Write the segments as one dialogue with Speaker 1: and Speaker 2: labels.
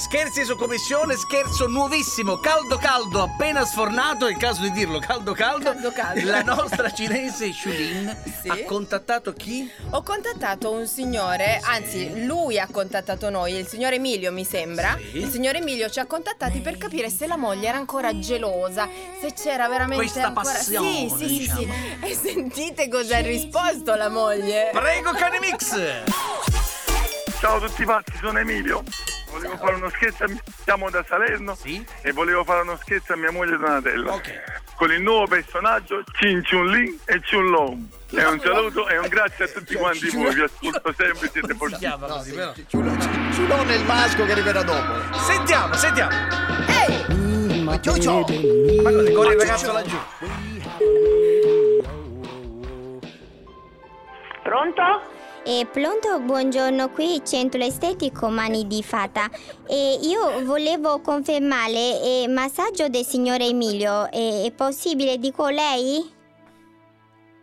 Speaker 1: Scherzi su commissione, scherzo nuovissimo, caldo caldo, appena sfornato, è il caso di dirlo, caldo caldo.
Speaker 2: Caldo, caldo.
Speaker 1: La nostra cinese Shulin
Speaker 2: Sì.
Speaker 1: ha contattato chi?
Speaker 2: Ho contattato un signore, anzi lui ha contattato noi, il signor Emilio mi sembra.
Speaker 1: Sì.
Speaker 2: Il signor Emilio ci ha contattati per capire se la moglie era ancora gelosa, se c'era veramente
Speaker 1: Questa
Speaker 2: ancora
Speaker 1: passione,
Speaker 2: Sì, sì, sì,
Speaker 1: diciamo.
Speaker 2: sì. E sentite cosa ha risposto la moglie.
Speaker 1: Prego Cane Mix!
Speaker 3: Ciao a tutti pazzi, sono Emilio. Volevo fare uno scherzo, a mi- siamo da Salerno
Speaker 1: Sì?
Speaker 3: e volevo fare uno scherzo a mia moglie Donatella.
Speaker 1: Ok.
Speaker 3: Con il nuovo personaggio Cin Chun Lin e Chun Long. E un saluto e un grazie a
Speaker 1: Cioè,
Speaker 3: tutti quanti voi, vi ascolto sempre, siete
Speaker 1: Si
Speaker 3: fortissimi.
Speaker 1: chiama così, però.
Speaker 4: Ciulone è il masco che arriverà dopo.
Speaker 1: Sentiamo, sentiamo.
Speaker 4: Ma ciao ciao.
Speaker 1: Ma guarda, con il ragazzo laggiù.
Speaker 5: Pronto?
Speaker 6: E pronto, buongiorno, qui Centro Estetico Mani di Fata. E io volevo confermare il massaggio del signor Emilio. E- è possibile, dico lei?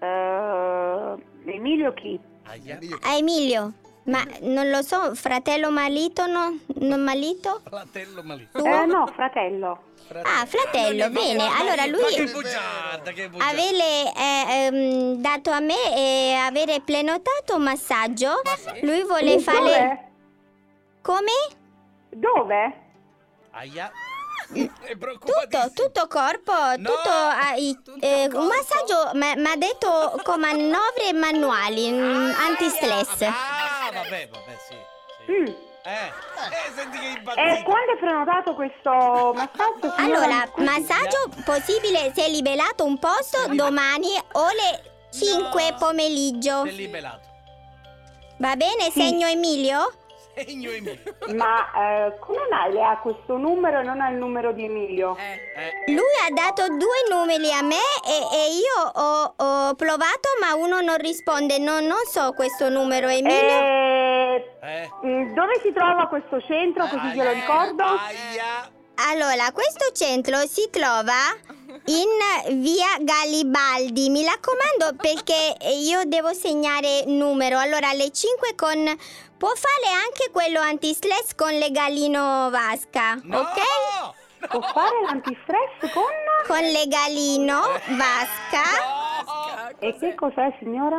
Speaker 5: Eh, Emilio chi?
Speaker 1: Aia.
Speaker 6: A Ah, Emilio. Ma non lo so, fratello malito, no? Non malito?
Speaker 1: Fratello malito.
Speaker 6: Tu?
Speaker 5: Eh, no, fratello.
Speaker 6: Ah, fratello, bene. Allora
Speaker 1: Ma che
Speaker 6: lui
Speaker 1: bugiarda, che bugiarda.
Speaker 6: avere eh, ehm, dato a me e avere prenotato un massaggio. Lui vuole fare...
Speaker 5: Dove?
Speaker 6: Come?
Speaker 5: Dove?
Speaker 1: Aia. È
Speaker 6: Mm, Tutto,
Speaker 1: preoccupatissimo.
Speaker 6: tutto corpo,
Speaker 1: No,
Speaker 6: tutto, ah, i- eh, un massaggio, ma mi ha detto con manovre manuali, mm, antistress.
Speaker 1: Ah, vabbè, vabbè, sì. sì.
Speaker 5: Mm.
Speaker 1: Eh, eh, senti che
Speaker 5: E
Speaker 1: impazzito.
Speaker 5: quando è prenotato questo massaggio? signora?
Speaker 6: Allora,
Speaker 5: Scusi.
Speaker 6: massaggio possibile se liberato un posto domani ore 5 pomeriggio.
Speaker 1: Sei liberato.
Speaker 6: Va bene, segno Emilio?
Speaker 1: Segno Emilio.
Speaker 5: Ma eh, come mai lei ha questo numero e non ha il numero di Emilio?
Speaker 2: Eh,
Speaker 1: Eh,
Speaker 6: Lui ha dato due numeri a me e, e io ho, ho provato ma uno non risponde, non, non so questo numero Emilio.
Speaker 5: Eh,
Speaker 1: eh.
Speaker 5: mm, dove si trova questo centro? Così glielo ricordo.
Speaker 1: Aia.
Speaker 6: Allora, questo centro si trova in via Garibaldi. Mi raccomando perché io devo segnare il numero. Allora, alle 5 con... Può fare anche quello antistress con le galino vasca,
Speaker 1: No!
Speaker 6: ok?
Speaker 5: Può fare l'antistress con...
Speaker 6: Con le galino vasca.
Speaker 1: No!
Speaker 5: E che cos'è signora?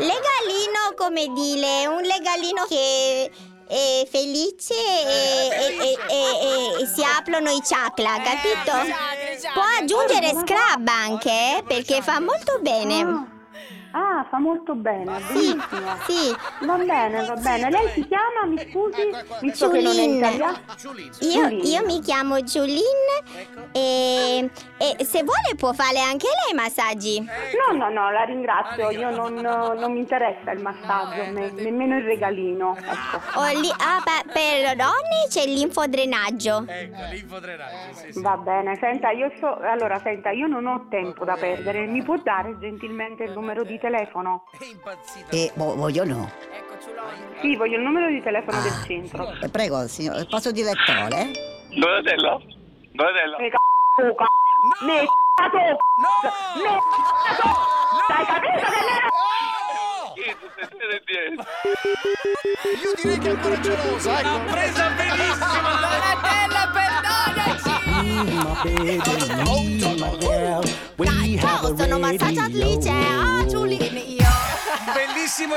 Speaker 6: Legalino, come dire, un legalino che è felice e, e- e- e- e si aprono Eh, i chakra, capito?
Speaker 2: chakra, chakra.
Speaker 6: Può aggiungere scrub anche, eh, perché fa molto
Speaker 5: Mm.
Speaker 6: bene.
Speaker 5: Ah, ah, fa molto bene,
Speaker 6: Sì,
Speaker 5: benissimo.
Speaker 6: sì. Eh, ecco,
Speaker 5: Va bene, va bene. Lei si chiama, mi scusi, visto che non è
Speaker 6: Giulin.
Speaker 5: italiano?
Speaker 1: Giulizio.
Speaker 6: Io,
Speaker 5: Giulin.
Speaker 6: io mi chiamo Giulin
Speaker 1: Ecco.
Speaker 6: e, e se vuole può fare anche lei massaggi.
Speaker 5: No, no, no, la ringrazio. Io non, non mi interessa il massaggio,
Speaker 6: Ah, eh,
Speaker 5: ne- nemmeno il regalino. Ecco.
Speaker 6: O li- ah, beh, per donne c'è l'infodrenaggio.
Speaker 1: Ecco, l'infodrenaggio. Sì, sì.
Speaker 5: Va bene, senta, io so, allora senta, io non ho tempo da perdere. Mi può dare gentilmente il numero di telefono?
Speaker 1: È impazzita.
Speaker 5: Eh.
Speaker 4: E vo- voglio no.
Speaker 2: ecco, ciulone.
Speaker 5: Sì, voglio il numero di telefono del centro.
Speaker 4: Eh, Prego, signor, passo direttore.
Speaker 3: Donatella? Donatella?
Speaker 1: Eh.
Speaker 5: Ne c***o, tu, c***o.
Speaker 1: No!
Speaker 5: Ne c***o, tu,
Speaker 1: No!
Speaker 5: Ne c***o, tu. Hai capito che
Speaker 1: No!
Speaker 4: Io direi che è ancora gelosa,
Speaker 1: L'ha presa benissimo.
Speaker 2: Donatella, perdonaci!
Speaker 6: Dai, no, sono massaggiatrice. Ah, Giulin, io.
Speaker 1: Bellissimo